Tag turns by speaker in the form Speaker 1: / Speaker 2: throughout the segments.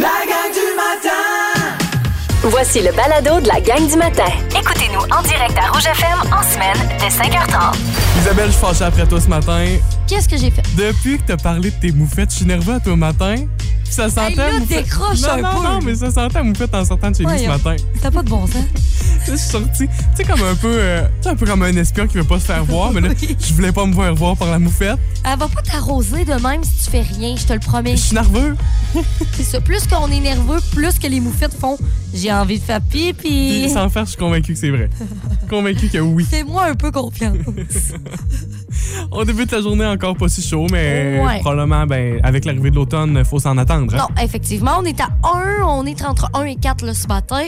Speaker 1: La gang du matin
Speaker 2: Voici le balado de la gang du matin.
Speaker 3: Écoutez-nous en direct à Rouge FM en semaine de 5h30.
Speaker 4: Isabelle, je suis fâché après toi ce matin.
Speaker 5: Qu'est-ce que j'ai fait?
Speaker 4: Depuis que t'as parlé de tes moufettes, je suis nerveux à toi au matin. Puis ça sentait.
Speaker 5: Ben là,
Speaker 4: moufette-
Speaker 5: décroche
Speaker 4: non,
Speaker 5: un
Speaker 4: non,
Speaker 5: peu.
Speaker 4: non, mais ça sentait à moufette en sortant de chez lui ce
Speaker 5: Voyons.
Speaker 4: matin.
Speaker 5: T'as pas de bon sens.
Speaker 4: Là, je suis sorti, tu sais, comme un peu, euh, tu sais, un peu comme un espion qui veut pas se faire voir, mais là,
Speaker 5: Oui.
Speaker 4: je voulais pas me faire voir par la moufette.
Speaker 5: Elle va pas t'arroser de même si tu fais rien, je te le promets.
Speaker 4: Je suis nerveux.
Speaker 5: C'est ça. Plus qu'on est nerveux, plus que les moufettes font j'ai envie de faire
Speaker 4: Puis
Speaker 5: pipi.
Speaker 4: sans faire, je suis convaincu que c'est vrai. convaincu que oui.
Speaker 5: Fais-moi un peu confiance.
Speaker 4: On débute la journée encore pas si chaud, mais
Speaker 5: Ouais.
Speaker 4: probablement, ben, avec l'arrivée de l'automne, faut s'en attendre. hein.
Speaker 5: non, effectivement, on est à 1, on est entre 1 et 4 là, ce matin.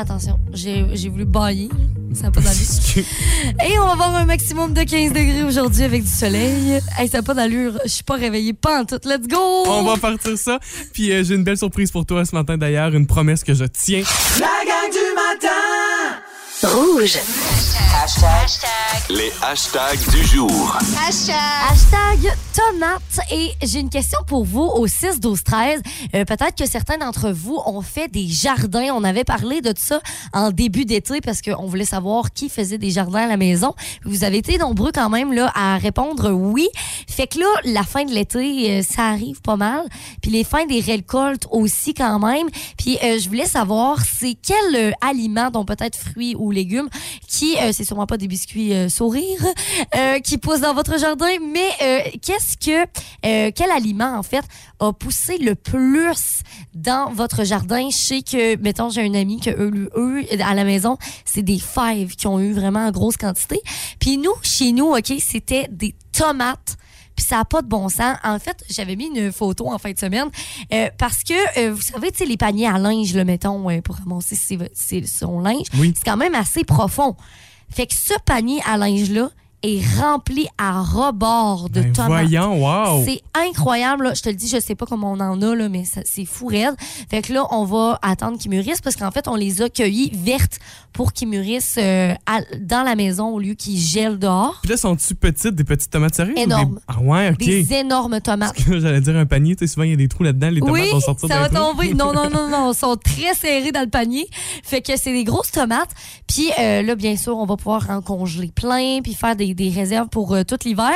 Speaker 5: Attention, j'ai j'ai voulu bailler. Ça n'a pas d'allure. Et on va avoir un maximum de 15 degrés aujourd'hui avec du soleil. Hey, ça n'a pas d'allure. Je suis pas réveillée pas en tout. Let's go!
Speaker 4: On va partir ça. Puis euh, j'ai une belle surprise pour toi ce matin d'ailleurs, une promesse que je tiens.
Speaker 1: La gang du matin
Speaker 2: Rouge.
Speaker 6: Les hashtags du jour.
Speaker 5: Hashtag tomate. Et j'ai une question pour vous au 6, 12, 13. Euh, Peut-être que certains d'entre vous ont fait des jardins. On avait parlé de ça en début d'été parce qu'on voulait savoir qui faisait des jardins à la maison. Vous avez été nombreux quand même là, à répondre oui. Fait que là, la fin de l'été, euh, ça arrive pas mal. Puis les fins des récoltes aussi quand même. Puis euh, je voulais savoir, c'est quel euh, aliment, dont peut-être fruits ou légumes, qui, euh, c'est sûrement pas des biscuits euh, sourires, euh, qui poussent dans votre jardin, mais euh, qu'est-ce que, euh, quel aliment en fait a poussé le plus dans votre jardin? Je sais que, mettons, j'ai un ami que eux, lui- eux, à la maison, c'est des fèves qui ont eu vraiment en grosse quantité. Puis nous, chez nous, OK, c'était des tomates puis ça n'a pas de bon sens. En fait, j'avais mis une photo en fin de semaine euh, parce que, euh, vous savez, tu sais, les paniers à linge, le mettons, ouais, pour ramasser ses- ses- son linge,
Speaker 4: Oui.
Speaker 5: c'est quand même assez profond. Fait que ce panier à linge-là est rempli à rebord de
Speaker 4: Ben,
Speaker 5: tomates.
Speaker 4: voyons, wow.
Speaker 5: C'est incroyable. là. Je te le dis, je sais pas comment on en a, là, mais ça- c'est fou raide. Fait que là, on va attendre qu'ils mûrissent parce qu'en fait, on les a cueillis vertes pour qu'ils mûrissent euh, à- dans la maison au lieu qu'ils gèlent dehors.
Speaker 4: Puis là, sont-tu petites, des petites tomates sérieuses? ou des-
Speaker 5: Énormes.
Speaker 4: Ah ouais, OK.
Speaker 5: Des énormes tomates.
Speaker 4: J'allais dire un panier, tu sais, souvent il y a des trous là-dedans, les tomates
Speaker 5: oui,
Speaker 4: vont sortir
Speaker 5: ça
Speaker 4: d'un
Speaker 5: va
Speaker 4: trou.
Speaker 5: tomber. Non, non, non, non, elles sont très serrés dans le panier. Fait que c'est des grosses tomates. Puis euh, là, bien sûr, on va pouvoir en congeler plein, puis faire des, des réserves pour euh, tout l'hiver.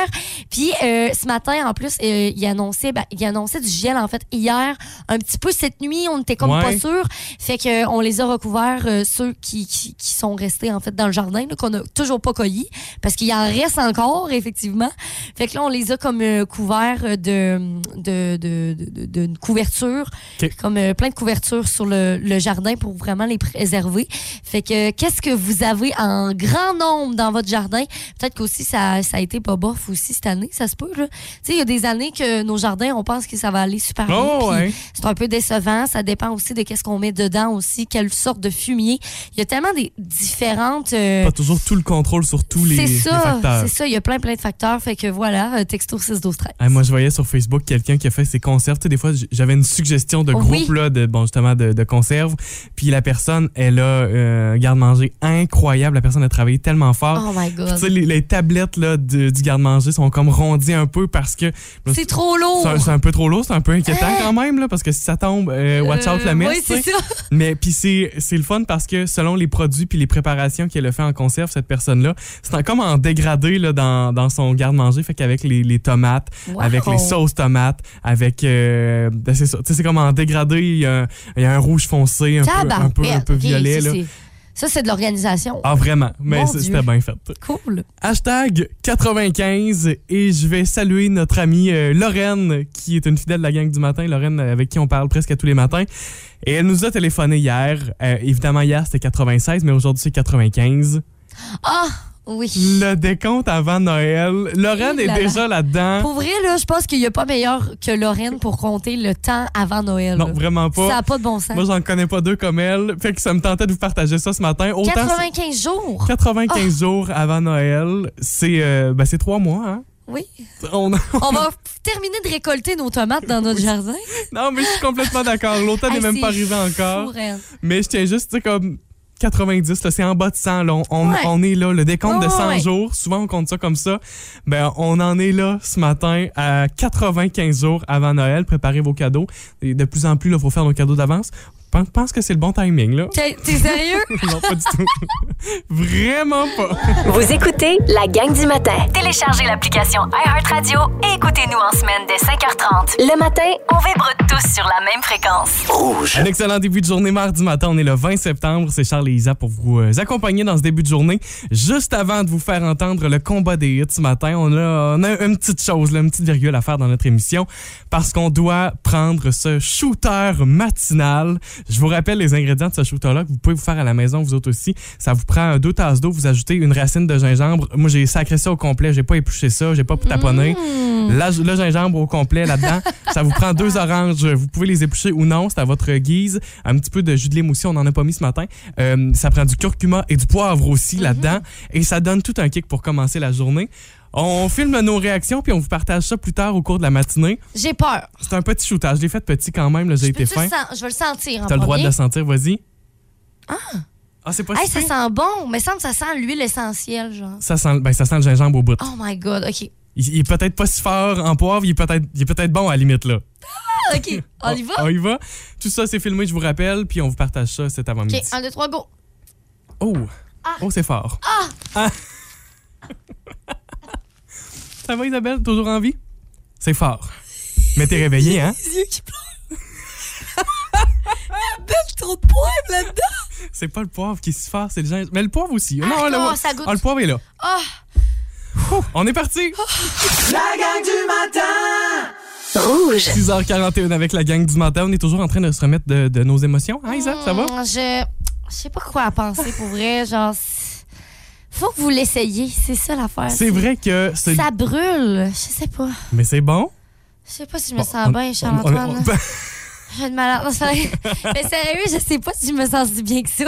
Speaker 5: Puis euh, ce matin, en plus, euh, il annonçait, ben, il annonçait du gel, en fait, hier, un petit peu cette nuit, on était comme
Speaker 4: Ouais.
Speaker 5: pas sûr. Fait que euh, on les a recouverts, euh, ceux qui, qui, qui sont restés, en fait, dans le jardin, là, qu'on a toujours pas cueillis, parce qu'il en reste encore, effectivement. Fait que là, on les a comme euh, couverts euh, de, de, de, de- de- d'une couverture,
Speaker 4: OK.
Speaker 5: comme euh, plein de couvertures sur le, le jardin pour vraiment les préserver. Fait que euh, qu'est-ce que vous avez en grand nombre dans votre jardin? Peut-être qu'aussi ça, ça a été pas bof aussi cette année, ça se peut. là. Tu sais, il y a des années que nos jardins, on pense que ça va aller super bien.
Speaker 4: Oh,
Speaker 5: puis
Speaker 4: ouais.
Speaker 5: c'est un peu décevant. Ça dépend aussi de qu'est-ce qu'on met dedans aussi, quelle sorte de fumier. Il y a tellement des différentes... euh,
Speaker 4: Pas toujours tout le contrôle sur tous les,
Speaker 5: c'est
Speaker 4: les
Speaker 5: ça,
Speaker 4: facteurs.
Speaker 5: c'est ça. Il y a plein, plein de facteurs. Fait que voilà, euh, texto 6 12 13.
Speaker 4: Ah, moi, je voyais sur Facebook quelqu'un qui a fait ses conserves. Tu sais, des fois, j- j'avais une suggestion de
Speaker 5: Oui.
Speaker 4: groupe, là, de, bon, justement, de, de conserve. Puis la personne, elle a euh, un garde-manger incroyable. La personne a travaillé tellement fort.
Speaker 5: Oh my
Speaker 4: Puis,
Speaker 5: God.
Speaker 4: tu sais, les, les tablettes là, de- du garde-manger sont comme rondies un peu parce que
Speaker 5: C'est trop lourd.
Speaker 4: C'est un- c'est un peu trop lourd, c'est un peu inquiétant quand même, là, parce que si ça tombe, euh, watch out
Speaker 5: Euh,
Speaker 4: la messe.
Speaker 5: Oui, c'est
Speaker 4: tu sais.
Speaker 5: ça.
Speaker 4: Mais puis c'est c'est le fun parce que selon les produits puis les préparations qu'elle a fait en conserve, cette personne-là, c'est en- comme en dégradé là, dans, dans son garde-manger, fait qu'avec les, les tomates,
Speaker 5: Wow.
Speaker 4: avec les sauces tomates, avec... euh, ben, c'est ça, tu sais, c'est comme en dégradé, il y, a un- il y a un rouge foncé, un peu, un peu, un peu
Speaker 5: Ok,
Speaker 4: violet.
Speaker 5: ça,
Speaker 4: Là.
Speaker 5: c'est- Ça, c'est de l'organisation.
Speaker 4: Ah vraiment, mais
Speaker 5: Mon
Speaker 4: c'est-
Speaker 5: Dieu.
Speaker 4: c'était bien fait.
Speaker 5: Cool.
Speaker 4: Hashtag 95 et je vais saluer notre amie euh, Lorraine qui est une fidèle de la gang du matin, Lorraine euh, avec qui on parle presque à tous les matins. Et elle nous a téléphoné hier. Euh, évidemment hier c'était 96 mais aujourd'hui c'est 95.
Speaker 5: Ah, oui.
Speaker 4: Le décompte avant Noël. Lorraine
Speaker 5: Et
Speaker 4: est
Speaker 5: là là.
Speaker 4: déjà là-dedans.
Speaker 5: Pour vrai, là, je pense qu'il n'y a pas meilleur que Lorraine pour compter le temps avant Noël.
Speaker 4: Non,
Speaker 5: là.
Speaker 4: vraiment pas.
Speaker 5: Ça n'a pas de bon sens.
Speaker 4: Moi j'en connais pas deux comme elle, fait que ça me tentait de vous partager ça ce matin. Autant
Speaker 5: 95 jours.
Speaker 4: 95 jours avant Noël, c'est euh, ben, c'est trois mois. Hein?
Speaker 5: Oui.
Speaker 4: On
Speaker 5: On va terminer de récolter nos tomates dans notre jardin.
Speaker 4: Non, mais je suis complètement d'accord. L'automne n'est
Speaker 5: Hey,
Speaker 4: même
Speaker 5: c'est
Speaker 4: pas arrivé encore.
Speaker 5: fou, Ren.
Speaker 4: Mais je tiens juste, tu sais, comme 90, là, c'est en bas de 100. là. on, on-
Speaker 5: Ouais.
Speaker 4: on est là, le décompte
Speaker 5: Ouais,
Speaker 4: de 100
Speaker 5: ouais.
Speaker 4: jours. Souvent, on compte ça comme ça. Ben, on en est là ce matin à 95 jours avant Noël. Préparez vos cadeaux. Et de plus en plus, il faut faire nos cadeaux d'avance. Je pense- pense que c'est le bon timing, là.
Speaker 5: T'es t'es sérieux?
Speaker 4: Non, pas du tout. Vraiment pas.
Speaker 2: Vous écoutez la gang du matin.
Speaker 3: Téléchargez l'application iHeartRadio et écoutez-nous en semaine dès 5h30.
Speaker 2: Le matin,
Speaker 3: On vibre tous sur la même fréquence.
Speaker 4: Un excellent début de journée mardi matin. On est le 20 septembre. C'est Charles et Isa pour vous euh, accompagner dans ce début de journée. Juste avant de vous faire entendre le combat des hits ce matin, on a, on a une petite chose, là, une petite virgule à faire dans notre émission parce qu'on doit prendre ce shooter matinal. Je vous rappelle les ingrédients de ce shooter-là que vous pouvez vous faire à la maison, vous autres aussi. Ça vous prend euh, deux tasses d'eau, vous ajoutez une racine de gingembre. Moi, j'ai sacré ça au complet. J'ai pas épluché ça, j'ai pas taponné.
Speaker 5: Mmh.
Speaker 4: La- le gingembre au complet là-dedans. ça vous prend deux oranges. Vous pouvez les éplucher ou non, c'est à votre guise. Un petit peu de jus de lime aussi, on n'en a pas mis ce matin. Euh, ça prend du curcuma et du poivre aussi
Speaker 5: Mmh.
Speaker 4: là-dedans. Et ça donne tout un kick pour commencer la journée. On filme nos réactions puis on vous partage ça plus tard au cours de la matinée.
Speaker 5: J'ai peur.
Speaker 4: C'est un petit shootage. Je l'ai fait petit quand même, là, j'ai
Speaker 5: Je, peux-tu
Speaker 4: été
Speaker 5: le
Speaker 4: fin.
Speaker 5: sen- je vais le sentir en
Speaker 4: T'as le droit de
Speaker 5: premier.
Speaker 4: le sentir, vas-y. Ah! c'est pas
Speaker 5: Hey,
Speaker 4: si
Speaker 5: ça
Speaker 4: pire.
Speaker 5: sent bon. Mais semble que ça sent l'huile essentielle, genre.
Speaker 4: ça sent, ben, ça sent le gingembre au bout.
Speaker 5: Oh my God, OK.
Speaker 4: Il, il est peut-être pas si fort en poivre, il est peut-être il est peut-être bon à la limite, là.
Speaker 5: Ah, OK, on y va?
Speaker 4: On y va. Tout ça, c'est filmé, je vous rappelle, puis on vous partage ça cet avant-midi.
Speaker 5: OK, Ah. 1, 2, 3, go.
Speaker 4: Oh! Oh, c'est fort. Ah! ça va, Isabelle? Toujours en vie? C'est fort. Mais t'es réveillée, hein?
Speaker 5: Les yeux qui pleurent. Belle trop de poivre là-dedans.
Speaker 4: C'est pas le poivre qui est si fort, c'est le gingembre. Mais le poivre aussi.
Speaker 5: Ah,
Speaker 4: non,
Speaker 5: comment
Speaker 4: le...
Speaker 5: ça goûte?
Speaker 4: Ah, le poivre est là.
Speaker 5: Ah.
Speaker 4: Ouh, on est parti!
Speaker 1: La gang du matin!
Speaker 2: rouge.
Speaker 4: 6h41 avec la gang du matin. On est toujours en train de se remettre de, de nos émotions. Hein, Isa, ça va?
Speaker 5: Mm, Je je sais pas quoi en penser pour vrai. Genre, c'est- faut que vous l'essayiez. C'est ça l'affaire.
Speaker 4: C'est vrai que c'est.
Speaker 5: Ça brûle. Je sais pas.
Speaker 4: Mais c'est bon.
Speaker 5: Je sais pas si je me
Speaker 4: Bon,
Speaker 5: sens
Speaker 4: on- on-
Speaker 5: bien,
Speaker 4: on- on-
Speaker 5: Charles-Antoine. J'ai une malade. Non, c'est vrai. Mais sérieux, je sais pas si je me sens si bien que ça.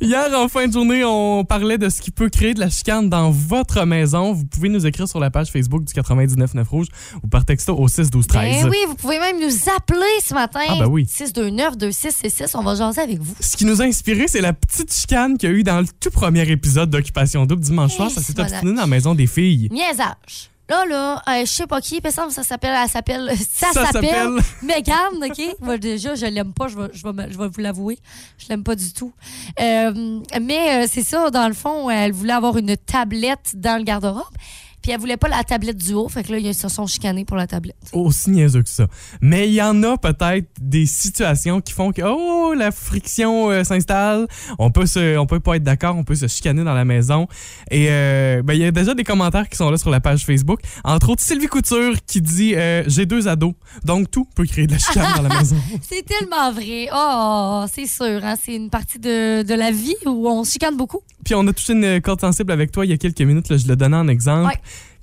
Speaker 4: Hier, en fin de journée, on parlait de ce qui peut créer de la chicane dans votre maison. Vous pouvez nous écrire sur la page Facebook du 99.9 Rouge ou par texto au 6 12 13.
Speaker 5: Ben oui, vous pouvez même nous appeler ce matin.
Speaker 4: Ah, ben oui.
Speaker 5: 629 2666 On va jaser avec vous.
Speaker 4: Ce qui nous a inspiré, c'est la petite chicane qu'il y a eu dans le tout premier épisode d'Occupation Double dimanche soir.
Speaker 5: Hey,
Speaker 4: Ça s'est
Speaker 5: Simonac.
Speaker 4: obstiné dans la maison des filles.
Speaker 5: Niaisage. Là, là, euh, je sais pas qui, mais ça, ça s'appelle, elle s'appelle, ça,
Speaker 4: Ça
Speaker 5: s'appelle
Speaker 4: s'appelle-
Speaker 5: Megan, OK? Moi, déjà, je l'aime pas, je vais, je vais me- je vais vous l'avouer. Je l'aime pas du tout. Euh, mais euh, c'est ça, dans le fond, elle voulait avoir une tablette dans le garde-robe, puis elle voulait pas la tablette du haut, fait que là, ils se sont chicanés pour la tablette.
Speaker 4: Aussi niaiseux que ça. Mais il y en a peut-être des situations qui font que, oh, la friction euh, s'installe. On peut se, on peut pas être d'accord, on peut se chicaner dans la maison. Et euh, ben, il y a déjà des commentaires qui sont là sur la page Facebook. Entre autres, Sylvie Couture qui dit euh, J'ai deux ados, donc tout peut créer de la chicane dans la maison.
Speaker 5: C'est tellement vrai. Oh, c'est sûr, hein, c'est une partie de, de la vie où on se chicane beaucoup.
Speaker 4: Puis on a touché une corde sensible avec toi il y a quelques minutes, là, je le donnais en exemple.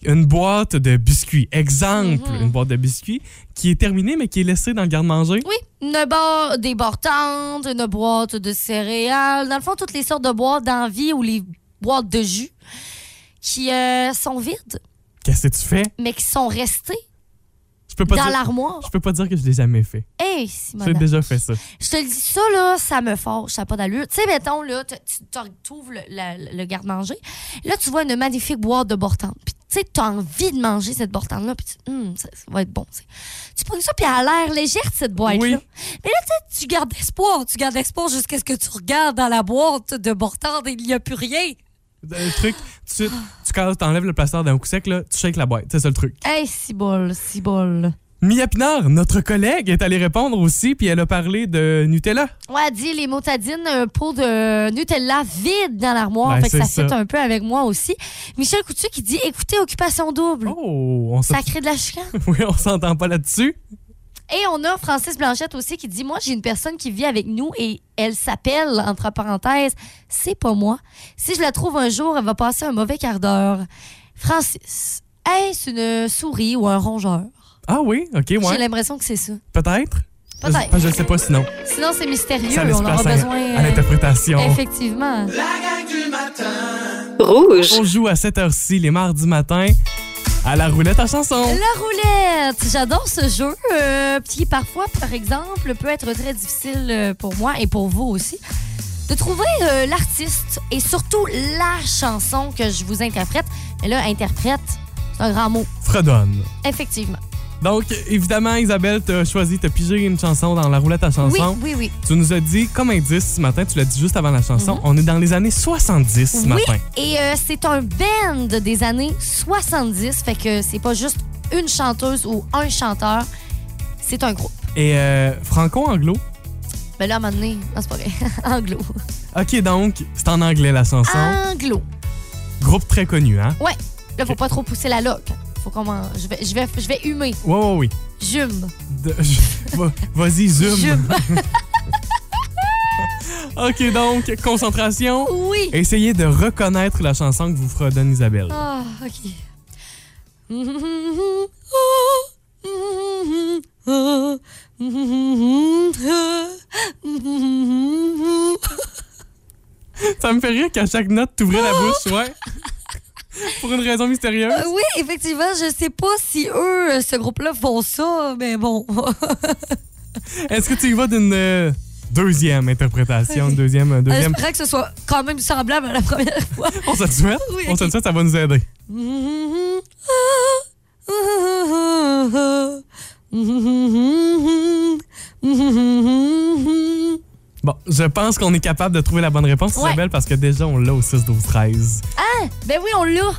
Speaker 4: Une boîte de biscuits, exemple, une boîte de biscuits qui est terminée mais qui est laissée dans le garde-manger.
Speaker 5: Oui, une bar- des barres tendres, une boîte de céréales. Dans le fond, toutes les sortes de boîtes d'envie ou les boîtes de jus qui euh, sont vides,
Speaker 4: Qu'est-ce que tu fais
Speaker 5: mais qui sont restées
Speaker 4: Je peux pas
Speaker 5: dans
Speaker 4: dire-
Speaker 5: l'armoire.
Speaker 4: Je peux pas dire que je l'ai jamais fait.
Speaker 5: Hey,
Speaker 4: J'ai
Speaker 5: Simona.
Speaker 4: déjà fait ça.
Speaker 5: Je te le dis, ça, là, ça me fâche, ça n'a pas d'allure. Tu sais, mettons, là, tu- tu tu trouves le, la- le garde-manger. Là, tu vois une magnifique boîte de bortande. Puis, tu sais, tu as envie de manger cette bortande-là. Puis, tu- Hum, ça, ça va être bon. tu sais. Tu prends ça, puis elle a l'air légère, cette boîte-là.
Speaker 4: Oui.
Speaker 5: Mais là, tu sais, tu gardes espoir. Tu gardes espoir jusqu'à ce que tu regardes dans la boîte de bortande et il n'y a plus rien.
Speaker 4: Le Euh, truc, tu, tu casses, t'enlèves le plaster d'un coup sec, là, tu shakes la boîte. C'est ça le truc.
Speaker 5: Hey, si bol, si bol.
Speaker 4: Mia Pinard, notre collègue, est allée répondre aussi, puis elle a parlé de Nutella.
Speaker 5: Ouais, dit les motadines, un pot de Nutella vide dans l'armoire.
Speaker 4: Ouais,
Speaker 5: fait que
Speaker 4: c'est ça.
Speaker 5: ça, fit un peu avec moi aussi. Michel Coutu qui dit écoutez, occupation double.
Speaker 4: Oh, on
Speaker 5: Ça
Speaker 4: s'entend.
Speaker 5: crée de la chicane.
Speaker 4: Oui, on s'entend pas là-dessus.
Speaker 5: Et on a Francis Blanchette aussi qui dit Moi, j'ai une personne qui vit avec nous et elle s'appelle, entre parenthèses, c'est pas moi. Si je la trouve un jour, elle va passer un mauvais quart d'heure. Francis, est-ce une souris ou un rongeur
Speaker 4: Ah oui, ok,
Speaker 5: J'ai
Speaker 4: ouais.
Speaker 5: l'impression que c'est ça.
Speaker 4: Peut-être.
Speaker 5: Peut-être.
Speaker 4: Je, je le sais pas sinon.
Speaker 5: Sinon, c'est mystérieux.
Speaker 4: ça laisse
Speaker 5: On aura
Speaker 4: place à-
Speaker 5: besoin.
Speaker 4: à
Speaker 5: euh,
Speaker 4: l'interprétation.
Speaker 1: La
Speaker 5: effectivement.
Speaker 1: gang du matin!
Speaker 2: Rouge.
Speaker 4: On joue à cette heure-ci, les mardis matins, à la roulette à chanson.
Speaker 5: La roulette! J'adore ce jeu euh, qui, parfois, par exemple, peut être très difficile euh, pour moi et pour vous aussi. de trouver euh, l'artiste et surtout la chanson que je vous interprète. Mais là, interprète, c'est un grand mot.
Speaker 4: Fredonne.
Speaker 5: Effectivement.
Speaker 4: Donc, évidemment, Isabelle, t'as choisi, t'as pigé une chanson dans la roulette à
Speaker 5: Oui,
Speaker 4: chanson.
Speaker 5: oui, oui.
Speaker 4: Tu nous as dit, comme indice ce matin, tu l'as dit juste avant la chanson, on est dans les années 70 ce
Speaker 5: Mhm. Oui,
Speaker 4: matin.
Speaker 5: et euh, c'est un band des années 70, fait que c'est pas juste une chanteuse ou un chanteur, c'est un groupe.
Speaker 4: Et euh, franco-anglo.
Speaker 5: Mais là, à un moment donné, non, c'est pas vrai. Anglo.
Speaker 4: OK, donc, c'est en anglais la chanson.
Speaker 5: Anglo.
Speaker 4: Groupe très connu, hein?
Speaker 5: Ouais. Là, faut pas trop pousser la loque. Faut comment. Je vais, je vais, je vais humer.
Speaker 4: Ouais, ouais, oui.
Speaker 5: Jume.
Speaker 4: De- je- va- Vas-y, zoom.
Speaker 5: Jume.
Speaker 4: OK, donc, concentration.
Speaker 5: Oui.
Speaker 4: Essayez de reconnaître la chanson que vous fredonne Isabelle.
Speaker 5: Ah, ok.
Speaker 4: Ça me fait rire qu'à chaque note, t'ouvrais la
Speaker 5: Ah.
Speaker 4: bouche, ouais. Pour une raison mystérieuse.
Speaker 5: Euh, Oui, effectivement, je sais pas si eux, euh, ce groupe-là, font ça, mais bon.
Speaker 4: Est-ce que tu y vas d'une euh, deuxième interprétation, une deuxième, euh, deuxième...
Speaker 5: J'espère que ce soit quand même semblable à la première fois.
Speaker 4: On se le souhaite?
Speaker 5: Oui,
Speaker 4: On se le
Speaker 5: ok.
Speaker 4: souhaite, ça va nous aider.
Speaker 5: Ah,
Speaker 4: Bon, je pense qu'on est capable de trouver la bonne réponse,
Speaker 5: Ouais.
Speaker 4: Isabelle, parce que déjà, on l'a au 6, 12, 13.
Speaker 5: Ben oui, on l'a.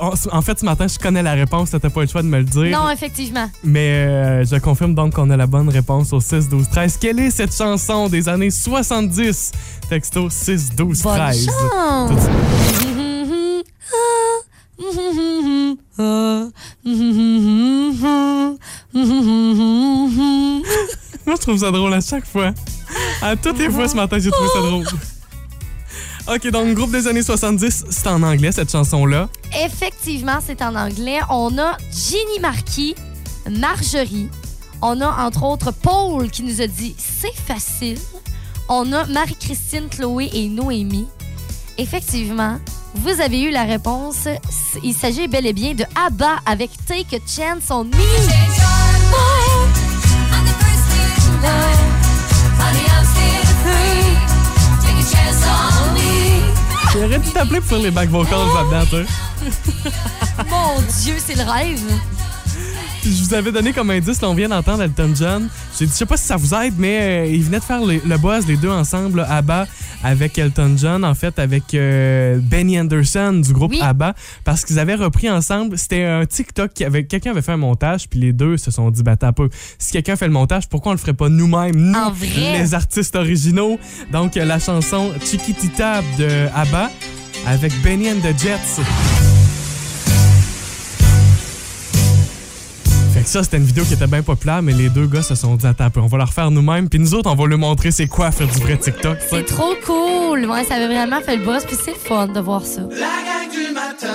Speaker 4: En en fait, ce matin, je connais la réponse, t'as pas eu le choix de me le dire.
Speaker 5: Non, effectivement.
Speaker 4: Mais euh, je confirme donc qu'on a la bonne réponse au 6, 12, 13. Quelle est cette chanson des années 70? Texto 6, 12,
Speaker 5: Bonne
Speaker 4: 13.
Speaker 5: chance.
Speaker 4: Tout de suite. Moi, je trouve ça drôle à chaque fois. À toutes les fois ce matin, j'ai trouvé ça drôle. OK, donc groupe des années 70, c'est en anglais cette chanson-là.
Speaker 5: Effectivement, c'est en anglais. On a Ginny Marquis, Marjorie. On a entre autres Paul qui nous a dit c'est facile. On a Marie-Christine, Chloé et Noémie. Effectivement, vous avez eu la réponse. S- Il s'agit bel et bien de ABBA avec Take a Chance on Me.
Speaker 4: J'aurais dû t'appeler pour faire les back vocals là-dedans, toi.
Speaker 5: Mon Dieu, c'est le rêve.
Speaker 4: Puis je vous avais donné comme indice, là, on vient d'entendre Elton John. J'ai dit, je sais pas si ça vous aide, mais euh, ils venaient de faire le, le buzz, les deux ensemble, là, ABBA, avec Elton John, en fait, avec euh, Benny Anderson du groupe
Speaker 5: Oui.
Speaker 4: ABBA, parce qu'ils avaient repris ensemble. C'était un TikTok, qui avait, quelqu'un avait fait un montage, puis les deux se sont dit, bah, t'as peu. Si quelqu'un fait le montage, pourquoi on le ferait pas nous-mêmes, nous,
Speaker 5: En vrai.
Speaker 4: les artistes originaux? Donc, euh, la chanson Chiquitita de ABBA, avec Benny and the Jets. Fait que ça, c'était une vidéo qui était bien populaire, mais les deux gars se sont dit, attends un peu, on va la refaire nous-mêmes, puis nous autres, on va leur montrer c'est quoi faire du vrai TikTok.
Speaker 5: C'est trop cool. Ouais, ça avait vraiment fait le buzz, puis c'est le fun de voir ça.
Speaker 1: La gang du matin.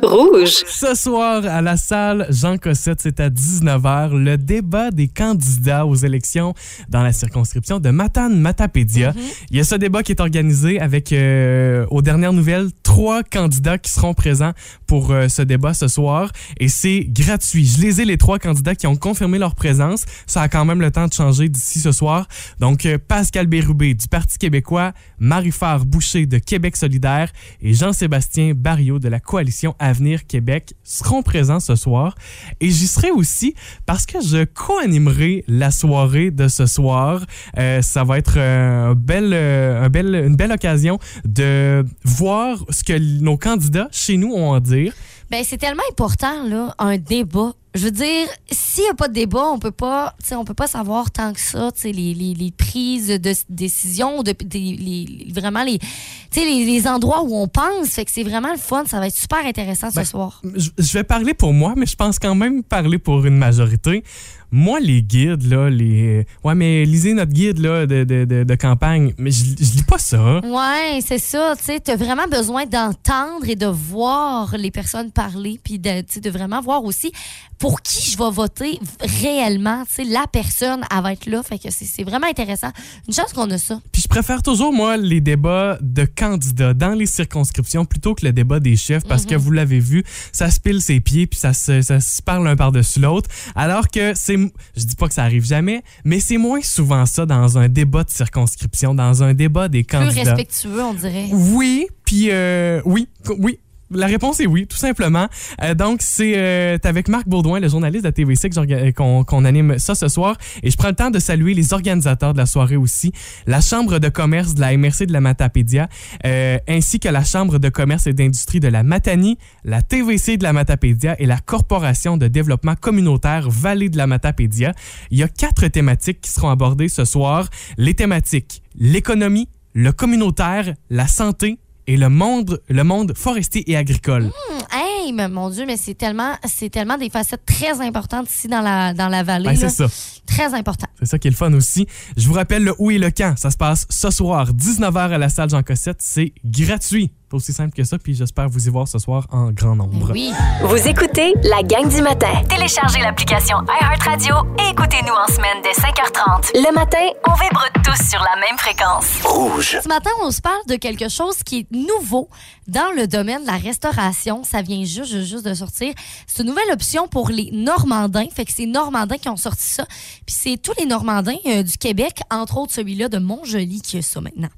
Speaker 2: Rouge.
Speaker 4: Ce soir, à la salle Jean Cossette, c'est à 19h, le débat des candidats aux élections dans la circonscription de Matane-Matapédia. Il y a ce débat qui est organisé avec, euh, aux dernières nouvelles, trois candidats qui seront présents pour euh, ce débat ce soir. Et c'est gratuit. Je les ai, les trois candidats qui ont confirmé leur présence. Ça a quand même le temps de changer d'ici ce soir. Donc, euh, Pascal Bérubé du Parti québécois, Marie-Phare Boucher de Québec solidaire et Jean-Sébastien Barriot de la coalition Avenir Québec seront présents ce soir. Et j'y serai aussi parce que je co-animerai la soirée de ce soir. Euh, ça va être euh, un bel, euh, un bel- une belle occasion de voir ce que l- nos candidats chez nous ont à dire.
Speaker 5: Ben, c'est tellement important, là, un débat. Je veux dire, s'il n'y a pas de débat, on peut pas, tu sais, on peut pas savoir tant que ça, tu sais, les, les, les prises de s- décision, de, des- les- les- vraiment les, tu sais, les, les endroits où on pense. Fait que c'est vraiment le fun. Ça va être super intéressant
Speaker 4: Ben,
Speaker 5: ce soir.
Speaker 4: je je vais parler pour moi, mais je pense quand même parler pour une majorité. Moi, les guides, là, les. Ouais, mais lisez notre guide là, de, de, de, de campagne. Mais je, je lis pas ça.
Speaker 5: Ouais, c'est ça. Tu sais, t'as vraiment besoin d'entendre et de voir les personnes parler, puis de, tu sais, de vraiment voir aussi pour qui je vais voter réellement. Tu sais, la personne, elle va être là. Fait que c'est- c'est vraiment intéressant. Une chance qu'on a ça.
Speaker 4: Puis je préfère toujours, moi, les débats de candidats dans les circonscriptions plutôt que le débat des chefs parce que vous l'avez vu, ça se pile ses pieds puis ça se, ça se parle l'un par-dessus l'autre. Alors que c'est m- je dis pas que ça arrive jamais, mais c'est moins souvent ça dans un débat de circonscription, dans un débat des
Speaker 5: Plus
Speaker 4: candidats.
Speaker 5: respectueux, on dirait.
Speaker 4: Oui, puis euh, oui, co- oui. La réponse est oui, tout simplement. Euh, donc, c'est euh, t'es avec Marc Baudouin, le journaliste de la TV6, que j'orga- euh, qu'on qu'on anime ça ce soir. Et je prends le temps de saluer les organisateurs de la soirée aussi, la Chambre de commerce de la MRC de la Matapédia, euh, ainsi que la Chambre de commerce et d'industrie de la Matanie, la TVC de la Matapédia et la Corporation de développement communautaire Vallée de la Matapédia. Il y a quatre thématiques qui seront abordées ce soir. Les thématiques, l'économie, le communautaire, la santé et le monde, le monde forestier et
Speaker 5: Mmh,
Speaker 4: agricole.
Speaker 5: Hey, mais mon Dieu, mais c'est tellement, c'est tellement des facettes très importantes ici dans la, dans la vallée.
Speaker 4: Ben,
Speaker 5: là.
Speaker 4: c'est ça.
Speaker 5: Très important.
Speaker 4: C'est ça qui est le fun aussi. Je vous rappelle le où et le quand. Ça se passe ce soir, 19h à la salle Jean Cossette. C'est gratuit. C'est aussi simple que ça. Puis j'espère vous y voir ce soir en grand nombre.
Speaker 5: Oui.
Speaker 2: Vous écoutez la gang du matin.
Speaker 3: Téléchargez l'application iHeartRadio et écoutez-nous en semaine dès 5h30.
Speaker 2: Le matin,
Speaker 3: On vibre tous sur la même fréquence.
Speaker 6: Rouge.
Speaker 5: Ce matin, on se parle de quelque chose qui est nouveau dans le domaine de la restauration. Ça vient juste, juste, juste de sortir. C'est une nouvelle option pour les Normandins. Fait que c'est Normandins qui ont sorti ça. Puis c'est tous les Normandins euh, du Québec, entre autres celui-là de Montjoli qui a ça maintenant.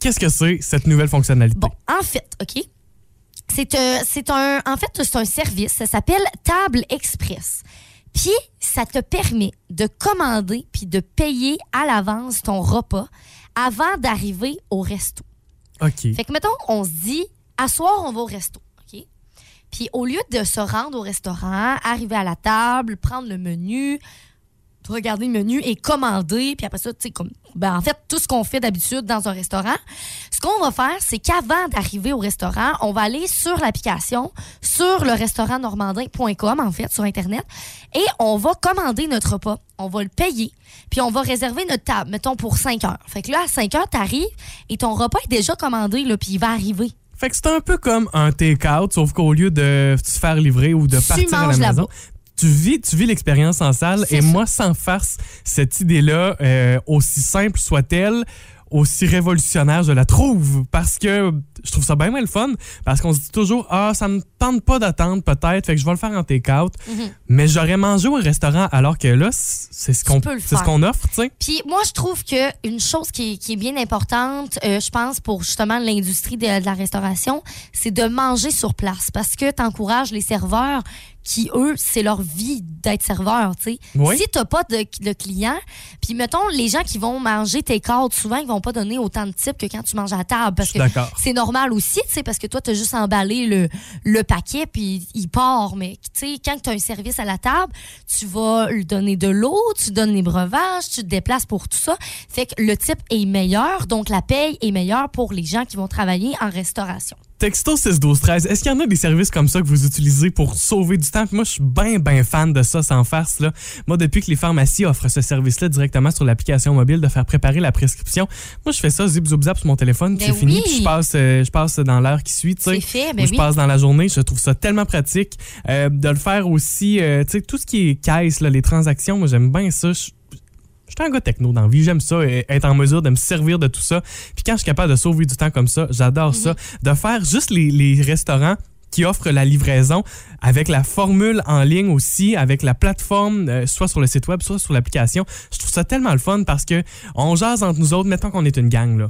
Speaker 4: Qu'est-ce que c'est, cette nouvelle fonctionnalité?
Speaker 5: Bon, en fait, OK? C'est euh, c'est un, en fait, c'est un service. Ça s'appelle Table Express. Puis, ça te permet de commander puis de payer à l'avance ton repas avant d'arriver au resto.
Speaker 4: OK.
Speaker 5: Fait que, mettons, on se dit, à soir, on va au resto. OK? Puis, au lieu de se rendre au restaurant, arriver à la table, prendre le menu, regarder le menu et commander, puis après ça, tu sais, comme, ben, en fait, tout ce qu'on fait d'habitude dans un restaurant, ce qu'on va faire, c'est qu'avant d'arriver au restaurant, on va aller sur l'application, sur le restaurant normandin.com, en fait, sur Internet, et on va commander notre repas. On va le payer, puis on va réserver notre table, mettons, pour 5 heures. Fait que là, à 5 heures, t'arrives et ton repas est déjà commandé, là, puis il va arriver.
Speaker 4: Fait que c'est un peu comme un take-out, sauf qu'au lieu de se faire livrer ou de
Speaker 5: Tu
Speaker 4: partir à la
Speaker 5: manges
Speaker 4: maison,
Speaker 5: là-bas.
Speaker 4: tu vis, tu vis l'expérience en salle.
Speaker 5: C'est
Speaker 4: Et
Speaker 5: ça.
Speaker 4: moi, sans farce, cette idée-là, euh, aussi simple soit-elle, aussi révolutionnaire, je la trouve. Parce que je trouve ça bien mal fun. Parce qu'on se dit toujours, ah, ça me tente pas d'attendre peut-être, fait que je vais le faire en take-out.
Speaker 5: Mhm.
Speaker 4: Mais j'aurais mangé au restaurant alors que là, c- c'est ce qu'on
Speaker 5: peux le
Speaker 4: c'est ce
Speaker 5: faire.
Speaker 4: qu'on offre, tu sais.
Speaker 5: Puis moi, je trouve que une chose qui est, qui est bien importante, euh, je pense, pour justement l'industrie de, de la restauration, c'est de manger sur place parce que tu encourages les serveurs qui, eux, c'est leur vie d'être serveur, tu sais.
Speaker 4: Oui.
Speaker 5: Si t'as pas de, de clients, puis mettons, les gens qui vont manger tes cartes, souvent, ils vont pas donner autant de types que quand tu manges à table parce
Speaker 4: suis
Speaker 5: que
Speaker 4: d'accord.
Speaker 5: c'est normal aussi, tu sais, parce que toi, t'as juste emballé le, le paquet puis il part. Mais, tu sais, quand t'as un service à la table, tu vas lui donner de l'eau, tu donnes les breuvages, tu te déplaces pour tout ça. Fait que le type est meilleur, donc la paye est meilleure pour les gens qui vont travailler en restauration.
Speaker 4: Texto 6 12 13 est-ce qu'il y en a des services comme ça que vous utilisez pour sauver du temps? Puis moi, je suis bien, bien fan de ça, sans farce. Là. Moi, depuis que les pharmacies offrent ce service-là directement sur l'application mobile, de faire préparer la prescription, moi, je fais ça zip zoup zap sur mon téléphone, puis
Speaker 5: Ben
Speaker 4: c'est fini,
Speaker 5: oui.
Speaker 4: puis je passe, euh, je passe dans l'heure qui suit. tu sais.
Speaker 5: C'est fait,
Speaker 4: Ou
Speaker 5: mais
Speaker 4: je
Speaker 5: oui.
Speaker 4: passe dans la journée. Je trouve ça tellement pratique Euh, de le faire aussi. euh, tu sais, tout ce qui est caisse, là, les transactions, moi, j'aime bien ça. Je je suis un gars techno dans la vie, j'aime ça, euh, être en mesure de me servir de tout ça. Puis quand je suis capable de sauver du temps comme ça, j'adore ça.
Speaker 5: Mm-hmm.
Speaker 4: De faire juste les, les restaurants qui offrent la livraison avec la formule en ligne aussi, avec la plateforme, euh, soit sur le site web, soit sur l'application. Je trouve ça tellement le fun parce que on jase entre nous autres, mettons qu'on est une gang, là.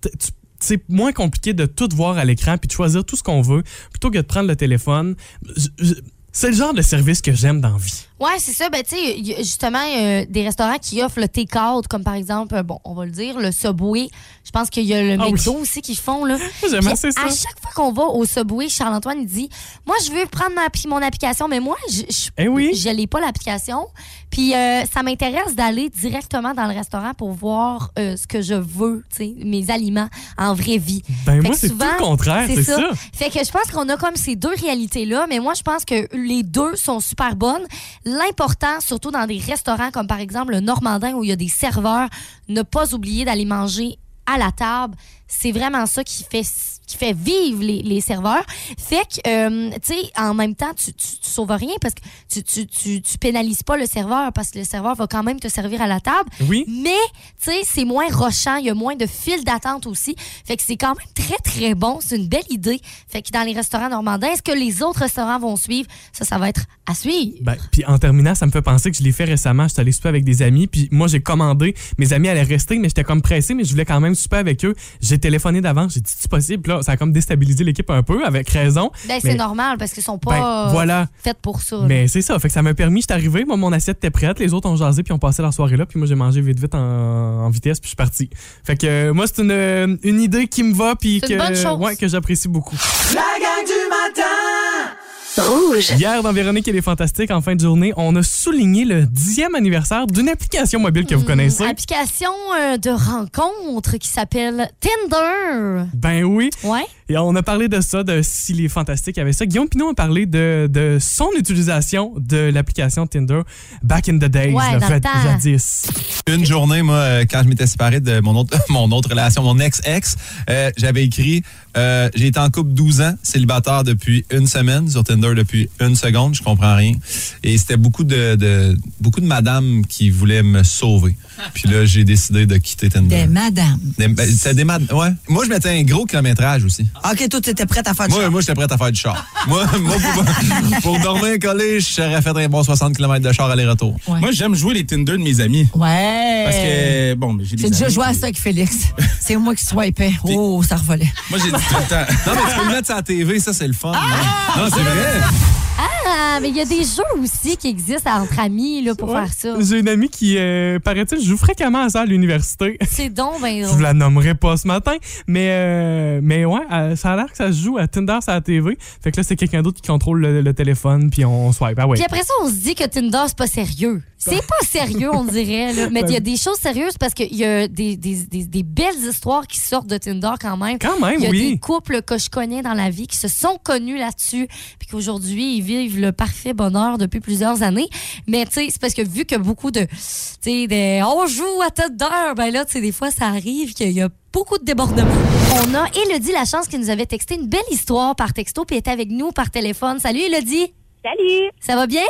Speaker 4: T- tu- C'est moins compliqué de tout voir à l'écran puis de choisir tout ce qu'on veut plutôt que de prendre le téléphone. Je- je- C'est le genre de service que j'aime dans la vie.
Speaker 5: Ouais, c'est ça. Ben, tu sais, y a justement, euh, des restaurants qui offrent le take-out, comme par exemple, euh, bon, on va le dire, le Subway. Je pense qu'il y a le
Speaker 4: Ah oui.
Speaker 5: McDo aussi qu'ils font, là.
Speaker 4: J'aime
Speaker 5: Puis,
Speaker 4: assez ça.
Speaker 5: À chaque fois qu'on va au Subway, Charles-Antoine il dit Moi, je veux prendre ma, appli- mon application, mais moi, je je
Speaker 4: Eh oui.
Speaker 5: je n'ai pas l'application. Puis euh, ça m'intéresse d'aller directement dans le restaurant pour voir euh, ce que je veux, tu sais, mes aliments en vraie vie.
Speaker 4: Ben
Speaker 5: Fait
Speaker 4: moi,
Speaker 5: que
Speaker 4: c'est tout
Speaker 5: souvent,
Speaker 4: le contraire, c'est ça.
Speaker 5: Fait que je pense qu'on a comme ces deux réalités-là, mais moi, je pense que les deux sont super bonnes. L'important, surtout dans des restaurants comme par exemple le Normandin où il y a des serveurs, ne pas oublier d'aller manger à la table. C'est vraiment ça qui fait qui fait vivre les, les serveurs. Fait que, euh, tu sais, en même temps, tu, tu, tu sauves rien parce que tu, tu, tu, tu pénalises pas le serveur parce que le serveur va quand même te servir à la table.
Speaker 4: Oui.
Speaker 5: Mais, tu sais, c'est moins rochant, il y a moins de fil d'attente aussi. Fait que c'est quand même très, très bon. C'est une belle idée. Fait que dans les restaurants normandins, est-ce que les autres restaurants vont suivre? Ça, ça va être à suivre.
Speaker 4: Ben, puis en terminant, ça me fait penser que je l'ai fait récemment. J'étais allé souper avec des amis, puis moi j'ai commandé. Mes amis allaient rester, mais j'étais comme pressé, mais je voulais quand même souper avec eux. J'ai téléphoné d'avance, j'ai dit c'est possible. Puis là, ça a comme déstabilisé l'équipe un peu, avec raison.
Speaker 5: Ben,
Speaker 4: Mais-
Speaker 5: c'est normal parce qu'ils sont
Speaker 4: Ben,
Speaker 5: pas euh,
Speaker 4: voilà.
Speaker 5: faits pour ça. là.
Speaker 4: Mais c'est ça, fait que ça m'a permis, j'étais arrivé, moi mon assiette était prête, les autres ont jasé puis ont passé leur soirée là, puis moi j'ai mangé vite vite en, en vitesse puis je suis parti. Fait que euh, moi c'est une, une idée qui me va puis
Speaker 5: C'est
Speaker 4: que
Speaker 5: une bonne chose.
Speaker 4: ouais, que j'apprécie beaucoup.
Speaker 1: la gang du matin,
Speaker 2: Rouge.
Speaker 4: Hier, dans Véronique et les Fantastiques, en fin de journée, on a souligné le dixième anniversaire d'une application mobile que vous
Speaker 5: Mm,
Speaker 4: connaissez.
Speaker 5: Application euh, de rencontre qui s'appelle Tinder.
Speaker 4: Ben oui.
Speaker 5: Ouais.
Speaker 4: Et on a parlé de ça, de si les fantastiques avaient ça. Guillaume Pinot a parlé de, de son utilisation de l'application Tinder back in the days,
Speaker 5: Ouais,
Speaker 4: le
Speaker 5: dans le
Speaker 4: fait-
Speaker 5: temps.
Speaker 4: jadis.
Speaker 7: Une journée, moi, euh, quand je m'étais séparé de mon autre, mon autre relation, mon ex-ex, euh, j'avais écrit euh, J'ai été en couple 12 ans, célibataire depuis une semaine, sur Tinder depuis une seconde, je comprends rien. Et c'était beaucoup de, de beaucoup de madames qui voulaient me sauver. Puis là, j'ai décidé de quitter Tinder.
Speaker 8: Des madames.
Speaker 7: Des- ben, C'était des madames. Ouais. Moi, je mettais un gros kilométrage aussi.
Speaker 8: OK, toi, t'étais prête à faire du
Speaker 7: Moi,
Speaker 8: shopping.
Speaker 7: moi j'étais prêt à faire du char. moi, moi, pour, pour dormir collé, j'aurais fait un bon 60 km de char aller-retour.
Speaker 8: Ouais.
Speaker 9: Moi, j'aime jouer les Tinder de mes amis.
Speaker 8: Ouais.
Speaker 9: Parce que, bon, mais j'ai des
Speaker 8: J'ai Euh, déjà
Speaker 9: amis,
Speaker 8: joué à
Speaker 9: puis-
Speaker 8: ça avec Félix. C'est moi qui swipais. Oh, ça revolait.
Speaker 9: Moi, j'ai dit tout le temps.
Speaker 7: Non, mais tu peux le mettre sur la TV, ça, c'est le fun. hein. non? non, c'est vrai.
Speaker 5: Ah, mais il y a des jeux aussi qui existent entre amis là, pour
Speaker 4: Ouais.
Speaker 5: faire ça.
Speaker 4: J'ai une amie qui, euh, paraît-il, joue fréquemment à ça à l'université.
Speaker 5: C'est donc ben
Speaker 4: Je vous la nommerai pas ce matin, mais, euh, mais ouais, euh, ça a l'air que ça se joue à Tinder, c'est à la TV. Fait que là, c'est quelqu'un d'autre qui contrôle le, le téléphone, puis on swipe. Ah ouais.
Speaker 5: Puis après ça, on se dit que Tinder, c'est pas sérieux. C'est pas sérieux, on dirait. là. Mais il y a des choses sérieuses parce qu'il y a des, des- des- des belles histoires qui sortent de Tinder quand même.
Speaker 4: Quand même,
Speaker 5: Il y a
Speaker 4: oui.
Speaker 5: des couples que je connais dans la vie qui se sont connus là-dessus, puis qu'aujourd'hui, ils vivent le parfait bonheur depuis plusieurs années. Mais tu sais, c'est parce que vu que beaucoup de. Tu sais, des- on joue à tête d'heure, ben là, tu sais, des fois, ça arrive qu'il y a beaucoup de débordements. On a Élodie Lachance qui nous avait texté une belle histoire par texto, puis elle était avec nous par téléphone. Salut, Élodie.
Speaker 10: Salut!
Speaker 5: Ça va bien?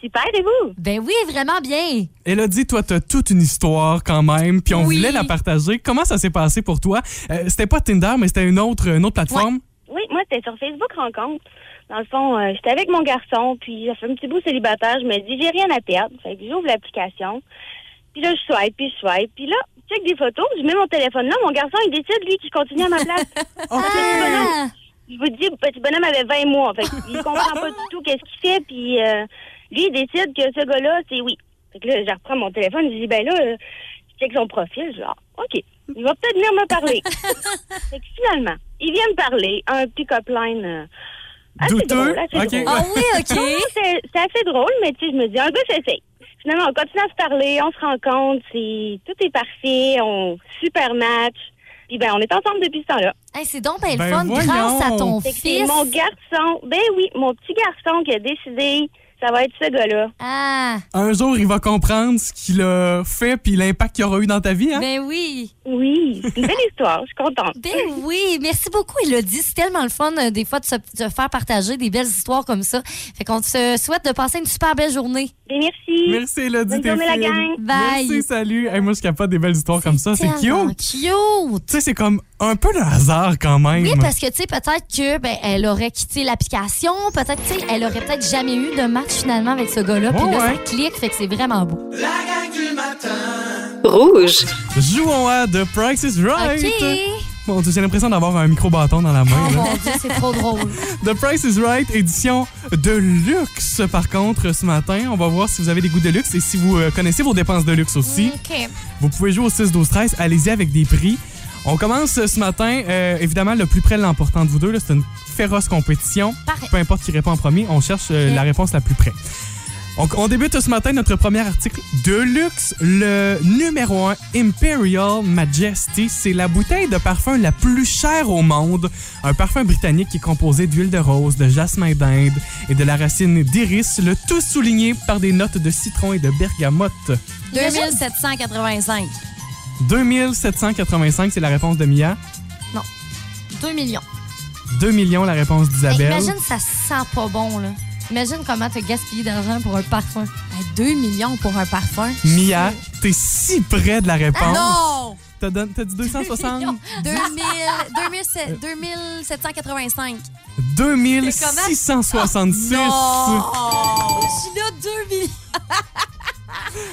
Speaker 10: Super, et vous?
Speaker 5: Ben oui, vraiment bien.
Speaker 4: Elodie, toi, t'as toute une histoire quand même, puis on
Speaker 5: Oui.
Speaker 4: voulait la partager. Comment ça s'est passé pour toi? Euh, c'était pas Tinder, mais c'était une autre, une autre plateforme.
Speaker 10: Oui, moi, c'était sur Facebook Rencontre. Dans le fond, euh, j'étais avec mon garçon, puis ça fait un petit bout célibataire. Je me dis, j'ai rien à perdre. Fait que j'ouvre l'application. Puis là, je swipe, puis je swipe. Puis là, je check des photos, je mets mon téléphone là. Mon garçon, il décide, lui, qu'il continue à ma place. Petit bonhomme.
Speaker 5: Ah!
Speaker 10: Je vous dis, petit bonhomme avait 20 mois. Fait que il comprend pas du tout qu'est-ce qu'il fait. Puis euh, lui, il décide que ce gars-là, c'est oui. Fait que là, je reprends mon téléphone, je dis, ben là, euh, je check son profil. Genre, OK, il va peut-être venir me parler. fait que finalement, il vient me parler, un pick-up line. euh, assez
Speaker 4: Douteux.
Speaker 10: drôle, assez
Speaker 4: Ok.
Speaker 10: drôle.
Speaker 5: Ah oui, OK.
Speaker 10: Non, c'est c'est assez drôle, mais tu sais, je me dis, un gars, j'essaie. Finalement, on continue à se parler, on se rencontre, c'est tout est parfait, on super match. Puis ben, on est ensemble depuis ce temps-là.
Speaker 5: Hey, c'est donc ben, le
Speaker 4: Ben
Speaker 5: fun
Speaker 4: voyons.
Speaker 5: grâce à ton
Speaker 10: Fait que c'est
Speaker 5: fils.
Speaker 10: mon garçon, ben oui, mon petit garçon qui a décidé, ça va être ce gars-là.
Speaker 5: Ah,
Speaker 4: Un jour, il va comprendre ce qu'il a fait, puis l'impact qu'il aura eu dans ta vie. Hein?
Speaker 5: ben oui.
Speaker 10: Oui, c'est une belle histoire, je suis contente.
Speaker 5: Ben oui. Merci beaucoup, Elodie. C'est tellement le fun, euh, des fois, de se, de faire partager des belles histoires comme ça. Fait qu'on te souhaite de passer une super belle journée.
Speaker 10: Ben, merci.
Speaker 4: Merci, Elodie.
Speaker 10: Bonne journée, la gang.
Speaker 5: Bye.
Speaker 4: Merci, salut. Hey, moi, je capable des belles histoires comme ça. Ah, C'est
Speaker 5: Tellement
Speaker 4: cute.
Speaker 5: Cute.
Speaker 4: Tu sais, c'est comme un peu le hasard quand même.
Speaker 5: Oui, parce que, tu sais, peut-être que ben, elle aurait quitté l'application. Peut-être, tu sais, elle aurait peut-être jamais eu de match finalement avec ce gars-là. Puis
Speaker 4: Ouais,
Speaker 5: là,
Speaker 4: ouais.
Speaker 5: ça clique. Fait que c'est vraiment beau.
Speaker 1: la gang du matin,
Speaker 2: Rouge.
Speaker 4: Jouons à The Price is Right.
Speaker 5: OK.
Speaker 4: Bon, j'ai l'impression d'avoir un micro-bâton dans la main.
Speaker 5: Oh
Speaker 4: là.
Speaker 5: mon Dieu, c'est trop drôle.
Speaker 4: The Price is Right, édition de luxe, par contre, ce matin. On va voir si vous avez des goûts de luxe et si vous euh, connaissez vos dépenses de luxe aussi.
Speaker 5: OK.
Speaker 4: Vous pouvez jouer au 6-12-13. Allez-y avec des prix. On commence euh, ce matin, euh, évidemment, le plus près de l'emportant de vous deux. là, C'est une féroce compétition.
Speaker 5: Parfait.
Speaker 4: Peu importe qui répond en premier, on cherche euh,
Speaker 5: Ok.
Speaker 4: la réponse la plus près. On, on débute ce matin notre premier article de luxe, le numéro 1 Imperial Majesty. C'est la bouteille de parfum la plus chère au monde. Un parfum britannique qui est composé d'huile de rose, de jasmin d'Inde et de la racine d'iris, le tout souligné par des notes de citron et de bergamote.
Speaker 8: 2785.
Speaker 4: 2785, c'est la réponse de Mia.
Speaker 5: 2 millions.
Speaker 4: 2 millions, la réponse
Speaker 5: Hey,
Speaker 4: d'Isabelle.
Speaker 5: imagine, ça sent pas bon, là. Imagine comment t'as gaspillé d'argent pour un parfum.
Speaker 11: 2 millions pour un parfum.
Speaker 4: Mia, t'es si près de la
Speaker 5: Ah
Speaker 4: réponse.
Speaker 11: non!
Speaker 4: T'as don- t'as dit 260?
Speaker 11: 2000, 2000, 2785.
Speaker 4: 2666.
Speaker 11: Ah, Non! Je suis là 2 millions.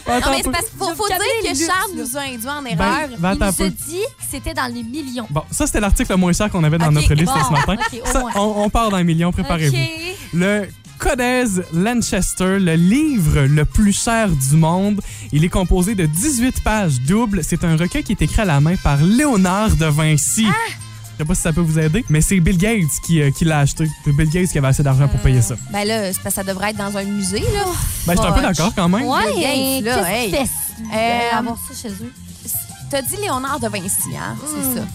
Speaker 4: Attends
Speaker 11: non, mais
Speaker 4: un peu.
Speaker 11: c'est parce qu'il faut,
Speaker 5: Je
Speaker 11: faut
Speaker 5: vais me
Speaker 11: dire
Speaker 5: calmer
Speaker 11: que
Speaker 5: le
Speaker 11: Charles
Speaker 5: luxe, là.
Speaker 11: nous a induits en
Speaker 4: Ben,
Speaker 11: erreur.
Speaker 4: ben,
Speaker 11: Il
Speaker 4: attends un
Speaker 11: nous
Speaker 4: peu.
Speaker 11: a dit que c'était dans les millions.
Speaker 4: Bon, ça, c'était l'article le moins cher qu'on avait dans
Speaker 11: Ok,
Speaker 4: notre liste
Speaker 11: bon.
Speaker 4: ce matin.
Speaker 11: Ok, au
Speaker 4: Ça, Hein?
Speaker 11: moins.
Speaker 4: on, on part d'un million, préparez-vous.
Speaker 11: Ok.
Speaker 4: Le Codez Lanchester, le livre le plus cher du monde. Il est composé de 18 pages doubles. C'est un recueil qui est écrit à la main par Léonard de Vinci.
Speaker 11: Ah!
Speaker 4: Je sais pas si ça peut vous aider, mais c'est Bill Gates qui, euh, qui l'a acheté. C'est Bill Gates qui avait assez d'argent pour payer ça.
Speaker 11: Ben là, c'est parce que ça devrait être dans un musée, là.
Speaker 4: Ben, je suis un peu d'accord quand même.
Speaker 11: Ouais,
Speaker 5: Hey,
Speaker 11: Gates, là,
Speaker 5: qu'est-ce
Speaker 11: hey.
Speaker 5: que tu fais,
Speaker 11: Euh,
Speaker 5: euh, avoir ça chez eux?
Speaker 11: T'as dit Léonard de Vinci, hein? C'est ça.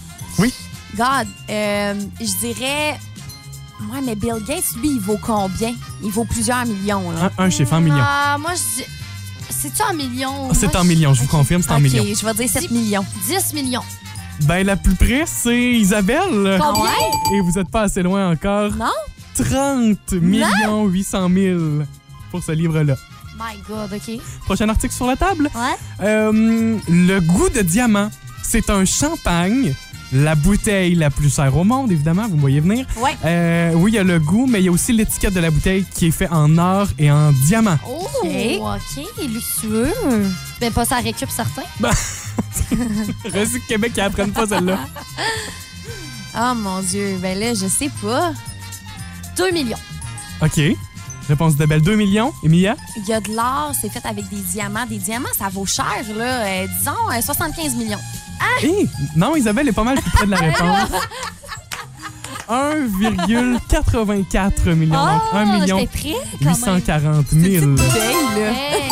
Speaker 4: Oui.
Speaker 11: God, euh, je dirais. Ouais, mais Bill Gates, lui, il vaut combien? Il vaut plusieurs millions, là.
Speaker 4: Un, un chiffre, en million. Ah,
Speaker 5: Ah, moi, je dis... C'est-tu en millions?
Speaker 4: C'est
Speaker 5: Moi,
Speaker 4: en
Speaker 5: je-
Speaker 4: million, je vous confirme, c'est en
Speaker 11: ok,
Speaker 4: million.
Speaker 11: je vais dire 7 millions.
Speaker 5: 10 millions.
Speaker 4: Ben, la plus près, c'est Isabelle.
Speaker 5: Ah
Speaker 11: Combien?
Speaker 4: Et vous êtes pas assez loin encore.
Speaker 11: Non?
Speaker 4: 30 millions 800 000 pour ce livre-là.
Speaker 5: My God, OK.
Speaker 4: Prochain article sur la table.
Speaker 5: Ouais.
Speaker 4: Euh, le goût de diamant. C'est un champagne. La bouteille la plus chère au monde, évidemment, vous me voyez venir.
Speaker 11: Ouais.
Speaker 4: Euh, oui, il y a le goût, mais il y a aussi l'étiquette de la bouteille qui est faite en or et en diamant.
Speaker 5: Oh, OK, luxueux. Ben, pas ça récup, certain.
Speaker 4: Reste que Québec qui apprenne pas celle-là.
Speaker 11: Oh mon Dieu, ben là, je sais pas.
Speaker 5: 2 millions.
Speaker 4: OK. Réponse de belle 2 millions. Emilia?
Speaker 11: Il y a de l'or, c'est fait avec des diamants. Des diamants, ça vaut cher, là. Euh, disons, euh, 75 millions.
Speaker 5: Ah.
Speaker 4: Hé, Eh, non, Isabelle est pas mal plus près de la réponse. 1,84 millions. donc 1 million
Speaker 5: Ah, j'étais prêt, quand
Speaker 4: 840 000.
Speaker 11: Belle, là.
Speaker 5: même. Hey.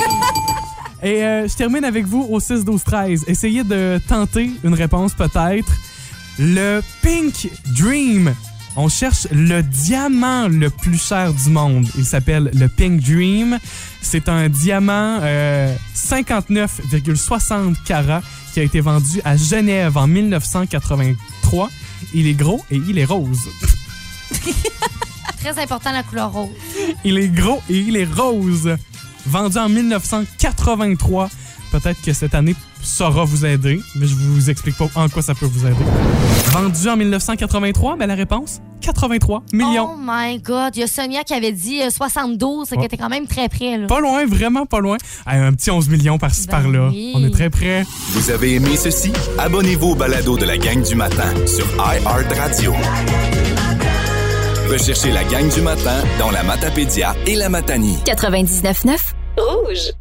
Speaker 4: Et euh, je termine avec vous au 6, 12, 13. Essayez de tenter une réponse peut-être. Le Pink Dream. On cherche le diamant le plus cher du monde. Il s'appelle le Pink Dream. C'est un diamant euh, 59,60 carats qui a été vendu à Genève en 1983. Il est gros et il est rose.
Speaker 5: Très important, la couleur rose.
Speaker 4: Il est gros et il est rose. Vendu en 1983. Peut-être que cette année saura vous aider, mais je vous explique pas en quoi ça peut vous aider. Vendu en 1983, ben la réponse 83 millions.
Speaker 5: Oh my God. Il y a Sonia qui avait dit euh, 72,
Speaker 4: Ouais.
Speaker 5: c'est qu'elle était quand même très près. Là.
Speaker 4: Pas loin, vraiment pas loin. Hey, un petit 11 millions par-ci
Speaker 5: Ben
Speaker 4: par-là.
Speaker 5: oui.
Speaker 4: On est très près.
Speaker 6: Vous avez aimé ceci? Abonnez-vous au balado de la gang du matin sur iHeartRadio. Recherchez la gang du matin dans la Matapédia et la Matanie.
Speaker 3: 99.9 Rouge.